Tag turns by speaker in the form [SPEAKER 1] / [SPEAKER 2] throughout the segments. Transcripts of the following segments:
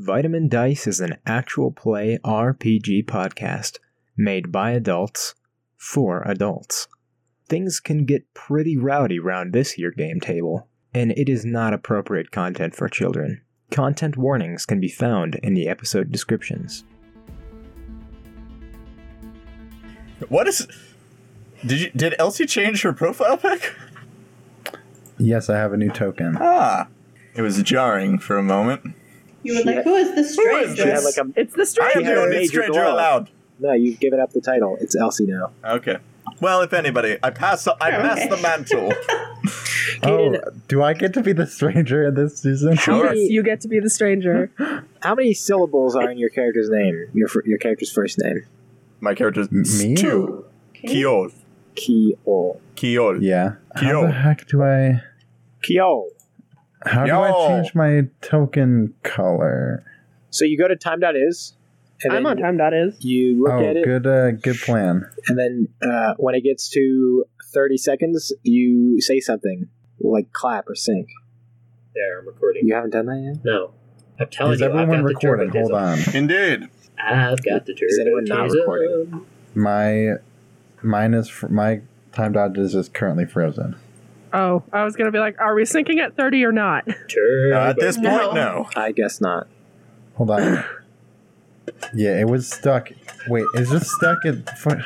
[SPEAKER 1] Vitamin Dice is an actual play RPG podcast made by adults for adults. Things can get pretty rowdy round this here game table, and it is not appropriate content for children. Content warnings can be found in the episode descriptions.
[SPEAKER 2] What is? Did you did Elsie change her profile pic?
[SPEAKER 3] Yes, I have a new token.
[SPEAKER 2] Ah, it was jarring for a moment.
[SPEAKER 4] You were like, who is this
[SPEAKER 2] Who is
[SPEAKER 4] stranger?
[SPEAKER 2] this?
[SPEAKER 5] Yeah, like a, it's the
[SPEAKER 2] I
[SPEAKER 5] stranger.
[SPEAKER 2] am
[SPEAKER 1] had
[SPEAKER 2] the
[SPEAKER 1] a
[SPEAKER 2] only
[SPEAKER 1] major
[SPEAKER 2] stranger
[SPEAKER 1] blowout.
[SPEAKER 2] allowed.
[SPEAKER 1] No, you've given up the title. It's Elsie now.
[SPEAKER 2] Okay. Well, if anybody, I pass. I pass
[SPEAKER 4] Okay.
[SPEAKER 2] the mantle.
[SPEAKER 3] Oh,
[SPEAKER 5] Kaden,
[SPEAKER 3] do I get to be the stranger in this season?
[SPEAKER 2] Sure.
[SPEAKER 5] yes, you get to be the stranger.
[SPEAKER 1] How many syllables are in your character's name? Your fir- your character's first name.
[SPEAKER 2] My character's
[SPEAKER 3] Me?
[SPEAKER 2] two.
[SPEAKER 4] Okay.
[SPEAKER 2] Kiol.
[SPEAKER 1] Kiol.
[SPEAKER 2] Kiol.
[SPEAKER 3] Yeah. How
[SPEAKER 2] Yo.
[SPEAKER 3] the heck do I?
[SPEAKER 1] Kiol.
[SPEAKER 3] How do
[SPEAKER 2] Yo.
[SPEAKER 3] I change my token color?
[SPEAKER 1] So you go to time.is, and
[SPEAKER 5] I'm
[SPEAKER 1] then
[SPEAKER 5] on time. That is.
[SPEAKER 1] you look
[SPEAKER 3] oh,
[SPEAKER 1] at it,
[SPEAKER 3] good, uh, good plan.
[SPEAKER 1] and then uh, when it gets to 30 seconds, you say something like clap or sync.
[SPEAKER 6] There, I'm recording.
[SPEAKER 1] You haven't done that yet?
[SPEAKER 6] No. I'm telling
[SPEAKER 3] Is
[SPEAKER 6] you, I've
[SPEAKER 3] everyone
[SPEAKER 6] got
[SPEAKER 3] recording?
[SPEAKER 6] the
[SPEAKER 3] Hold on.
[SPEAKER 2] Indeed.
[SPEAKER 6] I've got the turbo.
[SPEAKER 1] Is anyone not recording?
[SPEAKER 3] My, mine is fr- my time dodge is just currently frozen.
[SPEAKER 5] Oh, I was gonna be like, are we syncing at thirty or not?
[SPEAKER 6] Turbo.
[SPEAKER 2] Uh, at this
[SPEAKER 4] No.
[SPEAKER 2] point, no.
[SPEAKER 1] I guess not.
[SPEAKER 3] Hold on. yeah, it was stuck. Wait, is this stuck at? fr-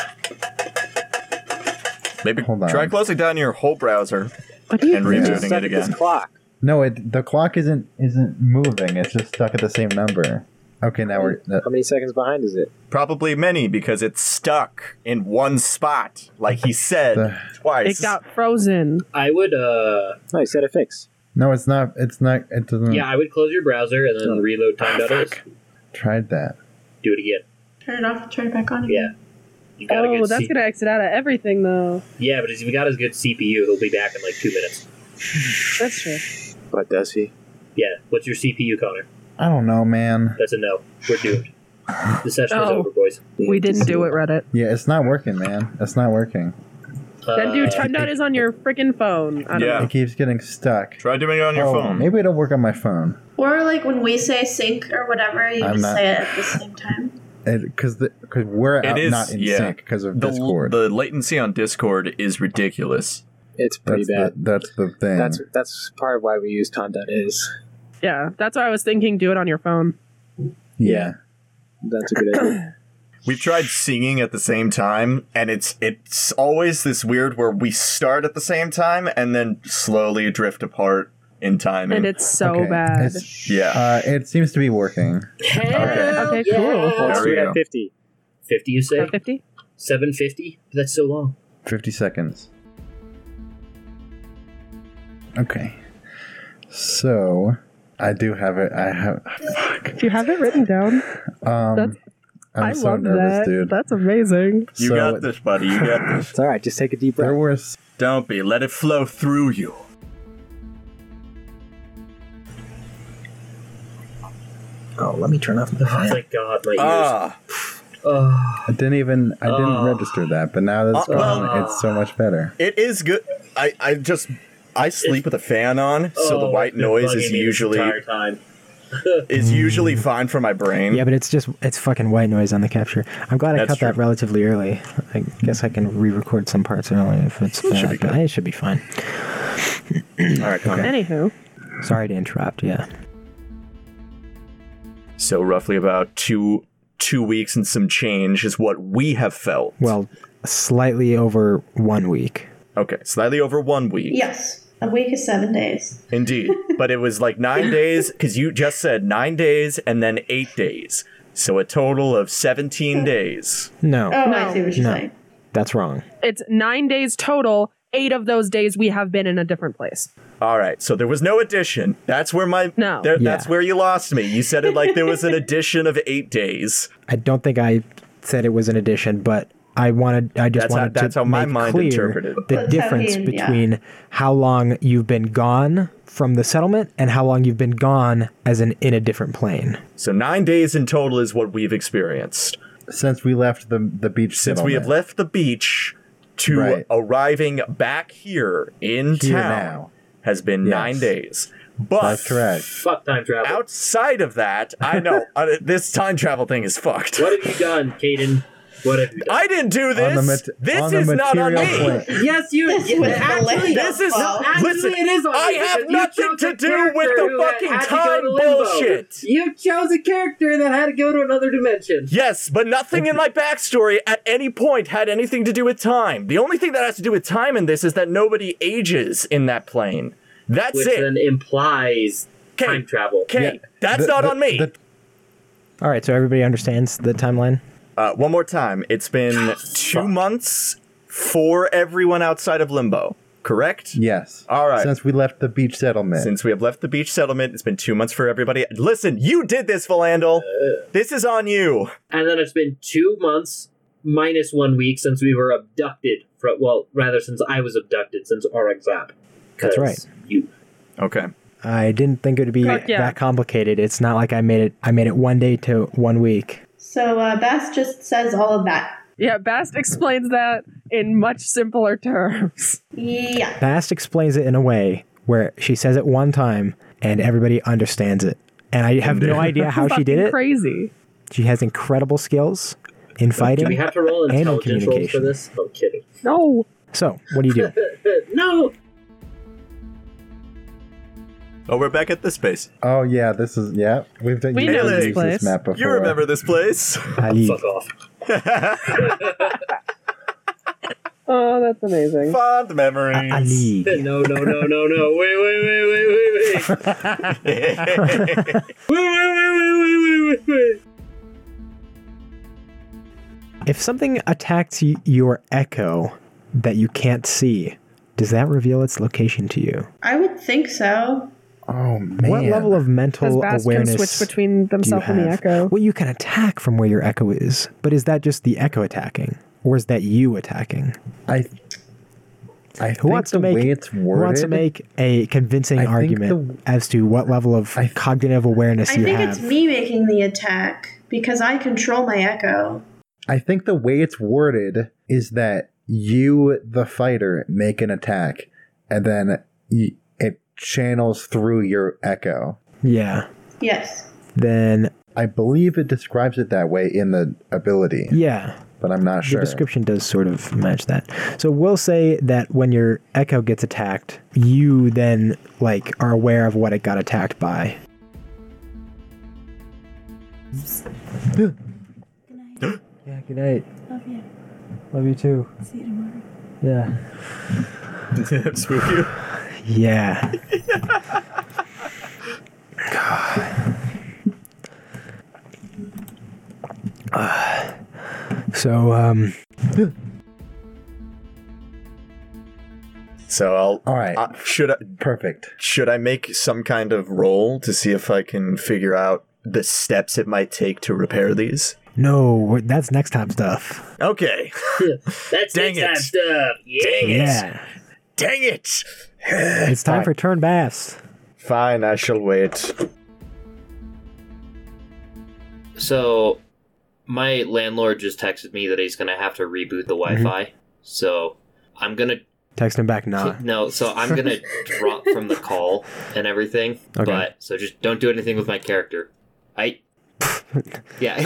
[SPEAKER 2] Maybe
[SPEAKER 3] Hold on.
[SPEAKER 2] try closing down your whole browser
[SPEAKER 5] What do you
[SPEAKER 2] and
[SPEAKER 3] Yeah.
[SPEAKER 1] It's
[SPEAKER 2] rebooting
[SPEAKER 1] stuck
[SPEAKER 2] it
[SPEAKER 1] at this
[SPEAKER 2] again.
[SPEAKER 1] clock.
[SPEAKER 3] No, it the clock isn't isn't moving. It's just stuck at the same number. Okay, now we're uh,
[SPEAKER 1] How many seconds behind is it?
[SPEAKER 2] Probably many because it's stuck in one spot, like he said
[SPEAKER 3] the,
[SPEAKER 2] twice.
[SPEAKER 5] It got frozen.
[SPEAKER 6] I would, uh,
[SPEAKER 1] No, you said a fix.
[SPEAKER 3] no, it's not. It's not. It doesn't.
[SPEAKER 6] yeah, I would close your browser and
[SPEAKER 1] Oh.
[SPEAKER 6] then reload time
[SPEAKER 2] Ah,
[SPEAKER 6] time.is.
[SPEAKER 3] Tried that.
[SPEAKER 6] Do it again.
[SPEAKER 4] Turn it off, turn it back on.
[SPEAKER 6] Yeah. You got a
[SPEAKER 5] Oh,
[SPEAKER 6] good
[SPEAKER 5] that's
[SPEAKER 6] C-
[SPEAKER 5] gonna exit out of everything though.
[SPEAKER 6] Yeah, but if we got his good CPU, he'll be back in like two minutes.
[SPEAKER 5] That's true.
[SPEAKER 1] But does he?
[SPEAKER 6] Yeah. What's your CPU, Connor?
[SPEAKER 3] I don't know, man.
[SPEAKER 6] That's a no. We're doomed. The session is
[SPEAKER 5] Oh.
[SPEAKER 6] over, boys.
[SPEAKER 5] We didn't do it, Reddit.
[SPEAKER 3] Yeah, it's not working, man. It's not working.
[SPEAKER 5] Then do
[SPEAKER 6] Uh,
[SPEAKER 5] time dot is on your freaking phone. I don't
[SPEAKER 2] Yeah.
[SPEAKER 5] know.
[SPEAKER 3] It keeps getting stuck.
[SPEAKER 2] Try doing it on your
[SPEAKER 3] Oh,
[SPEAKER 2] phone.
[SPEAKER 3] Maybe it'll work on my phone.
[SPEAKER 4] Or like when we say sync or whatever, you
[SPEAKER 3] I'm
[SPEAKER 4] just
[SPEAKER 3] not-
[SPEAKER 4] say it at the same time.
[SPEAKER 3] Because because we're
[SPEAKER 2] It
[SPEAKER 3] out,
[SPEAKER 2] is-
[SPEAKER 3] not in
[SPEAKER 2] yeah.
[SPEAKER 3] sync because of
[SPEAKER 2] the,
[SPEAKER 3] Discord.
[SPEAKER 2] the latency on Discord is ridiculous.
[SPEAKER 1] It's pretty bad.
[SPEAKER 3] that's the, that's the thing.
[SPEAKER 1] That's that's part of why we use time.is.
[SPEAKER 5] Yeah, that's why I was thinking. Do it on your phone.
[SPEAKER 3] yeah.
[SPEAKER 1] That's a good idea.
[SPEAKER 2] We've tried singing at the same time, and it's it's always this weird where we start at the same time and then slowly drift apart in timing.
[SPEAKER 5] And it's so
[SPEAKER 3] Mm. Okay.
[SPEAKER 5] bad.
[SPEAKER 3] It's-
[SPEAKER 2] yeah.
[SPEAKER 3] uh, it seems to be working.
[SPEAKER 6] Hell
[SPEAKER 5] Okay,
[SPEAKER 6] yeah.
[SPEAKER 2] There
[SPEAKER 1] Once we
[SPEAKER 2] we
[SPEAKER 1] at
[SPEAKER 2] go.
[SPEAKER 1] 50.
[SPEAKER 6] 50, you say?
[SPEAKER 5] About Fifty.
[SPEAKER 6] 750? That's so long.
[SPEAKER 3] Fifty seconds. Okay. So I do have it. I have. Fuck.
[SPEAKER 5] If you have it written down,
[SPEAKER 3] Um,
[SPEAKER 5] That's-
[SPEAKER 3] I'm
[SPEAKER 5] I
[SPEAKER 3] so
[SPEAKER 5] love
[SPEAKER 3] nervous,
[SPEAKER 5] that.
[SPEAKER 3] dude.
[SPEAKER 5] That's amazing.
[SPEAKER 2] you
[SPEAKER 3] So
[SPEAKER 2] got this, buddy. You got this.
[SPEAKER 1] It's all right. Just take a deep breath.
[SPEAKER 3] There were s-
[SPEAKER 2] Don't be. Let it flow through you.
[SPEAKER 1] Oh, let me turn off the
[SPEAKER 6] Oh
[SPEAKER 1] fan.
[SPEAKER 6] my god, my ears.
[SPEAKER 2] Ah.
[SPEAKER 6] Oh,
[SPEAKER 3] I didn't even. I didn't
[SPEAKER 2] Oh.
[SPEAKER 6] Ah.
[SPEAKER 3] register that, but now that's
[SPEAKER 2] Ah, well-
[SPEAKER 3] gone. It's so much better.
[SPEAKER 2] It is good. I, I just. I sleep with a fan on, so the
[SPEAKER 6] oh,
[SPEAKER 2] white
[SPEAKER 6] it's been
[SPEAKER 2] noise
[SPEAKER 6] bugging
[SPEAKER 2] is
[SPEAKER 6] me this
[SPEAKER 2] usually
[SPEAKER 6] entire time.
[SPEAKER 2] is usually fine for my brain.
[SPEAKER 1] Yeah, but it's just it's fucking white noise on the capture. I'm glad I
[SPEAKER 2] That's
[SPEAKER 1] cut that
[SPEAKER 2] true.
[SPEAKER 1] relatively early. I guess I can re-record some parts early if it's bad,
[SPEAKER 2] should be
[SPEAKER 1] but
[SPEAKER 2] good.
[SPEAKER 1] it should be fine.
[SPEAKER 2] All right, Connor.
[SPEAKER 5] Anywho,
[SPEAKER 1] Sorry to interrupt. Yeah,
[SPEAKER 2] So roughly about two two weeks and some change is what we have felt.
[SPEAKER 1] well, slightly over one week.
[SPEAKER 2] okay, slightly over one week.
[SPEAKER 4] Yes. A week is seven days.
[SPEAKER 2] Indeed. But it was like nine days, because you just said nine days and then eight days. So a total of 17 days.
[SPEAKER 1] No,
[SPEAKER 4] Oh, I see what you're
[SPEAKER 1] No.
[SPEAKER 4] saying.
[SPEAKER 1] that's wrong.
[SPEAKER 5] it's nine days total. Eight of those days we have been in a different place.
[SPEAKER 2] All right. So there was no addition. That's where my.
[SPEAKER 5] No.
[SPEAKER 2] there-
[SPEAKER 1] Yeah.
[SPEAKER 2] That's where you lost me. You said it like there was an addition of eight days.
[SPEAKER 1] I don't think I said it was an addition, but I wanted. I just
[SPEAKER 2] That's how-
[SPEAKER 1] wanted
[SPEAKER 2] that's
[SPEAKER 1] to
[SPEAKER 2] how my
[SPEAKER 1] make
[SPEAKER 2] mind
[SPEAKER 1] clear
[SPEAKER 2] interpreted it.
[SPEAKER 1] the
[SPEAKER 4] That's how
[SPEAKER 1] difference
[SPEAKER 4] he- yeah.
[SPEAKER 1] between how long you've been gone from the settlement and how long you've been gone as an in a different plane.
[SPEAKER 2] So nine days in total is what we've experienced
[SPEAKER 3] Since we left the the beach.
[SPEAKER 2] since we have
[SPEAKER 3] settlement.
[SPEAKER 2] left the beach to
[SPEAKER 3] Right.
[SPEAKER 2] arriving back here in
[SPEAKER 3] Here
[SPEAKER 2] town
[SPEAKER 3] now.
[SPEAKER 2] has been
[SPEAKER 3] Yes.
[SPEAKER 2] nine days. But
[SPEAKER 3] That's correct.
[SPEAKER 6] Fuck time travel.
[SPEAKER 2] outside of that, I know uh, this time travel thing is fucked.
[SPEAKER 6] What have you done, Caden? What have you done?
[SPEAKER 2] I didn't do
[SPEAKER 3] On
[SPEAKER 2] this.
[SPEAKER 3] the mat-
[SPEAKER 2] this
[SPEAKER 3] on the
[SPEAKER 2] is not on me.
[SPEAKER 3] material plane.
[SPEAKER 6] Yes, you.
[SPEAKER 4] This
[SPEAKER 6] you-
[SPEAKER 4] was
[SPEAKER 6] actually,
[SPEAKER 4] hilarious.
[SPEAKER 2] This is
[SPEAKER 4] Well,
[SPEAKER 6] actually,
[SPEAKER 2] listen.
[SPEAKER 6] it is on
[SPEAKER 2] I
[SPEAKER 6] you
[SPEAKER 2] have
[SPEAKER 6] because you
[SPEAKER 2] nothing
[SPEAKER 6] chose
[SPEAKER 2] to
[SPEAKER 6] a
[SPEAKER 2] do with
[SPEAKER 6] character
[SPEAKER 2] the
[SPEAKER 6] who had-
[SPEAKER 2] fucking
[SPEAKER 6] had to go
[SPEAKER 2] time
[SPEAKER 6] to limbo.
[SPEAKER 2] bullshit.
[SPEAKER 6] You chose a character that had to go to another dimension.
[SPEAKER 2] Yes, but nothing in my backstory at any point had anything to do with time. The only thing that has to do with time in this is that nobody ages in that plane. That's
[SPEAKER 6] Which
[SPEAKER 2] it.
[SPEAKER 6] then implies
[SPEAKER 2] Okay.
[SPEAKER 6] time travel.
[SPEAKER 2] okay,
[SPEAKER 3] Yeah,
[SPEAKER 2] that's
[SPEAKER 3] The-
[SPEAKER 2] not
[SPEAKER 3] the-
[SPEAKER 2] on me.
[SPEAKER 3] the-
[SPEAKER 1] All right, so everybody understands the timeline.
[SPEAKER 2] Uh, one more time. It's been
[SPEAKER 3] Ah,
[SPEAKER 2] two months for everyone outside of Limbo, correct?
[SPEAKER 3] yes.
[SPEAKER 2] All right.
[SPEAKER 3] Since we left the beach settlement.
[SPEAKER 2] Since we have left the beach settlement, it's been two months for everybody. Listen, you did this, Valandal. This is on you.
[SPEAKER 6] And then it's been two months minus one week since we were abducted. From, well, rather, since I was abducted, since our exam.
[SPEAKER 1] That's right.
[SPEAKER 6] You,
[SPEAKER 2] Okay.
[SPEAKER 1] I didn't think it would be
[SPEAKER 5] Fuck yeah.
[SPEAKER 1] that complicated. It's not like I made it. I made it one day to one week.
[SPEAKER 4] So uh, Bass just says all of that.
[SPEAKER 5] Yeah, Bast explains that in much simpler terms.
[SPEAKER 4] Yeah.
[SPEAKER 1] Bast explains it in a way where she says it one time and everybody understands it. And I have no idea how she did
[SPEAKER 5] Fucking
[SPEAKER 1] it.
[SPEAKER 5] Crazy.
[SPEAKER 1] She has incredible skills in
[SPEAKER 6] do we
[SPEAKER 1] fighting.
[SPEAKER 6] have to roll
[SPEAKER 1] And
[SPEAKER 6] intelligence rolls for
[SPEAKER 1] communication.
[SPEAKER 6] this? I'm kidding.
[SPEAKER 5] No.
[SPEAKER 1] So, what do you do?
[SPEAKER 6] no.
[SPEAKER 2] Oh, we're back at this space.
[SPEAKER 3] oh yeah, this is yeah. We've done.
[SPEAKER 5] We
[SPEAKER 3] you've
[SPEAKER 5] know
[SPEAKER 3] used
[SPEAKER 5] this
[SPEAKER 3] this
[SPEAKER 5] place.
[SPEAKER 3] map before.
[SPEAKER 2] You remember this place.
[SPEAKER 1] Ali.
[SPEAKER 6] Fuck off.
[SPEAKER 5] Oh, that's amazing.
[SPEAKER 2] Fond memories.
[SPEAKER 1] Ali.
[SPEAKER 6] No, no, no, no, no. Wait, wait, wait, wait, wait, wait. Wait, wait, wait, wait, wait, wait, wait, wait.
[SPEAKER 1] If something attacks y- your echo that you can't see, does that reveal its location to you?
[SPEAKER 4] I would think so.
[SPEAKER 3] Oh man.
[SPEAKER 1] What level of
[SPEAKER 5] Because
[SPEAKER 1] mental
[SPEAKER 5] Bast can
[SPEAKER 1] awareness
[SPEAKER 5] switch between
[SPEAKER 1] do you
[SPEAKER 5] themselves
[SPEAKER 1] have?
[SPEAKER 5] and the echo.
[SPEAKER 1] Well, you can attack from where your echo is, but is that just the echo attacking, or is that you attacking?
[SPEAKER 3] I. I
[SPEAKER 1] Who
[SPEAKER 3] think
[SPEAKER 1] wants to
[SPEAKER 3] the
[SPEAKER 1] make
[SPEAKER 3] way it's
[SPEAKER 1] Who
[SPEAKER 3] worded.
[SPEAKER 1] wants to make a convincing
[SPEAKER 3] I think
[SPEAKER 1] argument as to what level of
[SPEAKER 3] I-
[SPEAKER 1] cognitive awareness
[SPEAKER 4] I
[SPEAKER 1] you
[SPEAKER 4] think
[SPEAKER 1] have?
[SPEAKER 4] it's me making the attack because I control my echo.
[SPEAKER 3] I think the way it's worded is that you, the fighter, make an attack, and then y it channels through your echo.
[SPEAKER 1] Yeah.
[SPEAKER 4] Yes.
[SPEAKER 1] Then
[SPEAKER 3] I believe it describes it that way in the ability,
[SPEAKER 1] yeah,
[SPEAKER 3] but I'm not sure.
[SPEAKER 1] the description does sort of match that. So we'll say that when your echo gets attacked, you then like are aware of what it got attacked by. Yeah. Good night. Love you too.
[SPEAKER 7] See you tomorrow.
[SPEAKER 1] Yeah.
[SPEAKER 2] Spook you.
[SPEAKER 1] Yeah. God. Ah. so, um,
[SPEAKER 2] So I'll.
[SPEAKER 3] All right,
[SPEAKER 2] Uh, should I
[SPEAKER 3] perfect.
[SPEAKER 2] should I make some kind of roll to see if I can figure out the steps it might take to repair these?
[SPEAKER 1] no, we're- that's next time stuff.
[SPEAKER 2] Okay.
[SPEAKER 6] That's
[SPEAKER 2] Dang
[SPEAKER 6] next
[SPEAKER 2] it.
[SPEAKER 6] time stuff. Yeah.
[SPEAKER 2] Dang it.
[SPEAKER 1] Yeah.
[SPEAKER 2] Dang it.
[SPEAKER 1] It's time for turn baths.
[SPEAKER 2] Fine, I shall wait.
[SPEAKER 8] So, my landlord just texted me that he's going to have to reboot the
[SPEAKER 1] Mhm.
[SPEAKER 8] Wi Fi. So, I'm going to.
[SPEAKER 1] Text him back, nah.
[SPEAKER 8] No, so I'm going to drop from the call and everything.
[SPEAKER 1] Okay.
[SPEAKER 8] But, so just don't do anything with my character. I. Yeah.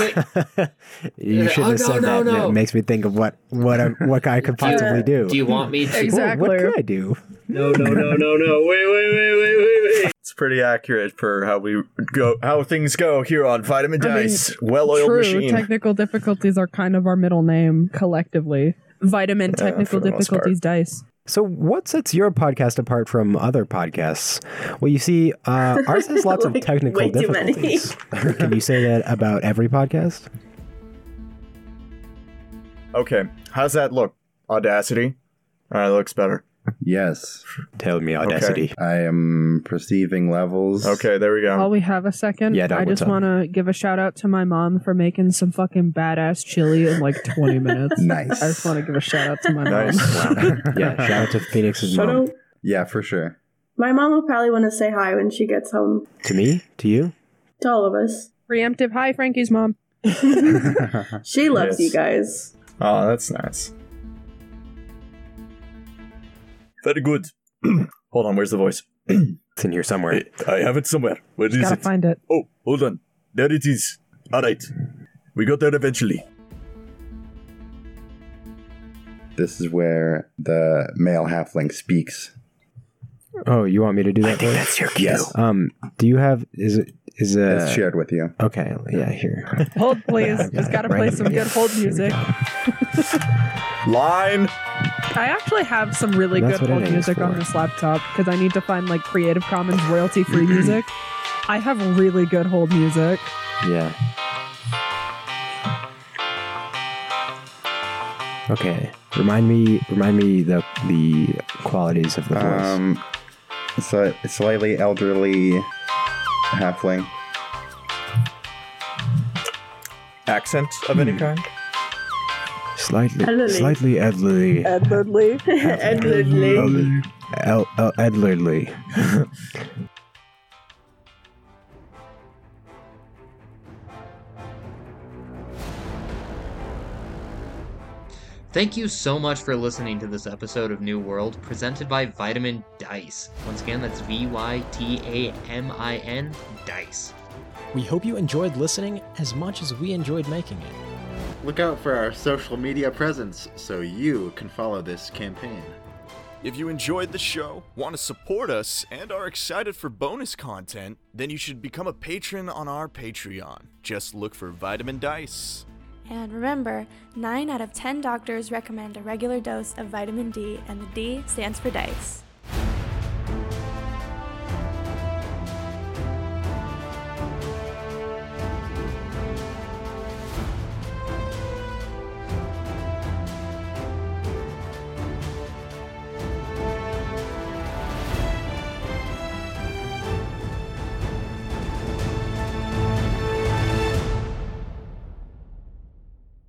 [SPEAKER 1] you shouldn't
[SPEAKER 8] Oh,
[SPEAKER 1] have
[SPEAKER 8] no,
[SPEAKER 1] said
[SPEAKER 8] no,
[SPEAKER 1] that. and
[SPEAKER 8] no.
[SPEAKER 1] It makes me think of what what I, what I could possibly do.
[SPEAKER 8] Do you want me to.
[SPEAKER 1] Ooh,
[SPEAKER 5] Exactly.
[SPEAKER 1] what could I do?
[SPEAKER 6] No, no, no, no, no. Wait, wait, wait, wait, wait, wait.
[SPEAKER 2] It's pretty accurate for how we go, how things go here on Vitamin
[SPEAKER 5] I mean,
[SPEAKER 2] Dice, well-oiled
[SPEAKER 5] True,
[SPEAKER 2] machine.
[SPEAKER 5] technical difficulties are kind of our middle name collectively. Vitamin
[SPEAKER 2] Yeah,
[SPEAKER 5] technical
[SPEAKER 2] for the most
[SPEAKER 5] difficulties dice.
[SPEAKER 1] So, what sets your podcast apart from other podcasts? Well, you see, uh, ours has lots of
[SPEAKER 4] Like,
[SPEAKER 1] technical
[SPEAKER 4] way too many.
[SPEAKER 1] difficulties. Can you say that about every podcast?
[SPEAKER 2] okay, how's that look? Audacity.
[SPEAKER 9] Uh,
[SPEAKER 2] All right, looks better.
[SPEAKER 3] Yes,
[SPEAKER 1] Tell me
[SPEAKER 2] Audacity.
[SPEAKER 3] I am perceiving levels.
[SPEAKER 2] Okay, there we
[SPEAKER 5] While
[SPEAKER 2] go.
[SPEAKER 5] we have a second,
[SPEAKER 1] Yeah, no,
[SPEAKER 5] I
[SPEAKER 1] what's
[SPEAKER 5] just
[SPEAKER 1] up?
[SPEAKER 5] want to give a shout out to my mom for making some fucking badass chili in like 20 minutes. I just
[SPEAKER 3] Nice.
[SPEAKER 5] want to give a shout out to my mom.
[SPEAKER 2] Nice.
[SPEAKER 1] Yeah, shout out to Phoenix's mom.
[SPEAKER 4] So
[SPEAKER 3] yeah, for sure.
[SPEAKER 4] my mom will probably want to say hi when she gets home
[SPEAKER 1] To me? To you?
[SPEAKER 4] to all of us.
[SPEAKER 5] Preemptive. Hi, Frankie's mom.
[SPEAKER 4] She
[SPEAKER 2] Yes.
[SPEAKER 4] loves you guys.
[SPEAKER 9] Ah,
[SPEAKER 2] Oh, that's nice. Very good. Hold on, where's the voice?
[SPEAKER 1] It's in here somewhere.
[SPEAKER 9] I have it somewhere. Where is
[SPEAKER 5] Gotta
[SPEAKER 9] it?
[SPEAKER 5] find it.
[SPEAKER 9] oh, hold on. There it is. All right. We got there eventually.
[SPEAKER 3] This is where the male halfling speaks.
[SPEAKER 1] Oh, you want me to do that? voice?
[SPEAKER 9] that's your
[SPEAKER 3] Yes,
[SPEAKER 1] Um, do you have? Is it? Is uh,
[SPEAKER 3] it's shared with you.
[SPEAKER 1] Okay, yeah, here.
[SPEAKER 5] Hold, please.
[SPEAKER 1] I've got
[SPEAKER 5] Just
[SPEAKER 1] it
[SPEAKER 5] gotta
[SPEAKER 1] right
[SPEAKER 5] play
[SPEAKER 1] here.
[SPEAKER 5] some good hold
[SPEAKER 1] Here we
[SPEAKER 5] music.
[SPEAKER 1] go.
[SPEAKER 9] Line.
[SPEAKER 5] I actually have some really
[SPEAKER 1] That's
[SPEAKER 5] good
[SPEAKER 1] what it
[SPEAKER 5] hold
[SPEAKER 1] is
[SPEAKER 5] music on
[SPEAKER 1] for.
[SPEAKER 5] this laptop because I need to find like Creative Commons royalty free music. I have really good hold music.
[SPEAKER 1] Yeah. Okay. Remind me. Remind me the the qualities of the voice.
[SPEAKER 3] Um, it's a slightly elderly halfling.
[SPEAKER 9] Accent of
[SPEAKER 5] Hmm.
[SPEAKER 9] any kind?
[SPEAKER 1] slightly,
[SPEAKER 4] elderly.
[SPEAKER 1] slightly elderly.
[SPEAKER 5] Edwardly.
[SPEAKER 4] Edwardly.
[SPEAKER 1] El, el, elderly.
[SPEAKER 6] Thank you so much for listening to this episode of New World presented by Vitamin Dice. Once again, that's V Y T A M I N Dice.
[SPEAKER 10] We hope you enjoyed listening as much as we enjoyed making it.
[SPEAKER 11] Look out for our social media presence so you can follow this campaign.
[SPEAKER 2] If you enjoyed the show, want to support us, and are excited for bonus content, then you should become a patron on our Patreon. Just look for Vitamin Dice.
[SPEAKER 12] And remember, 9 out of 10 doctors recommend a regular dose of vitamin D, and the D stands for dice.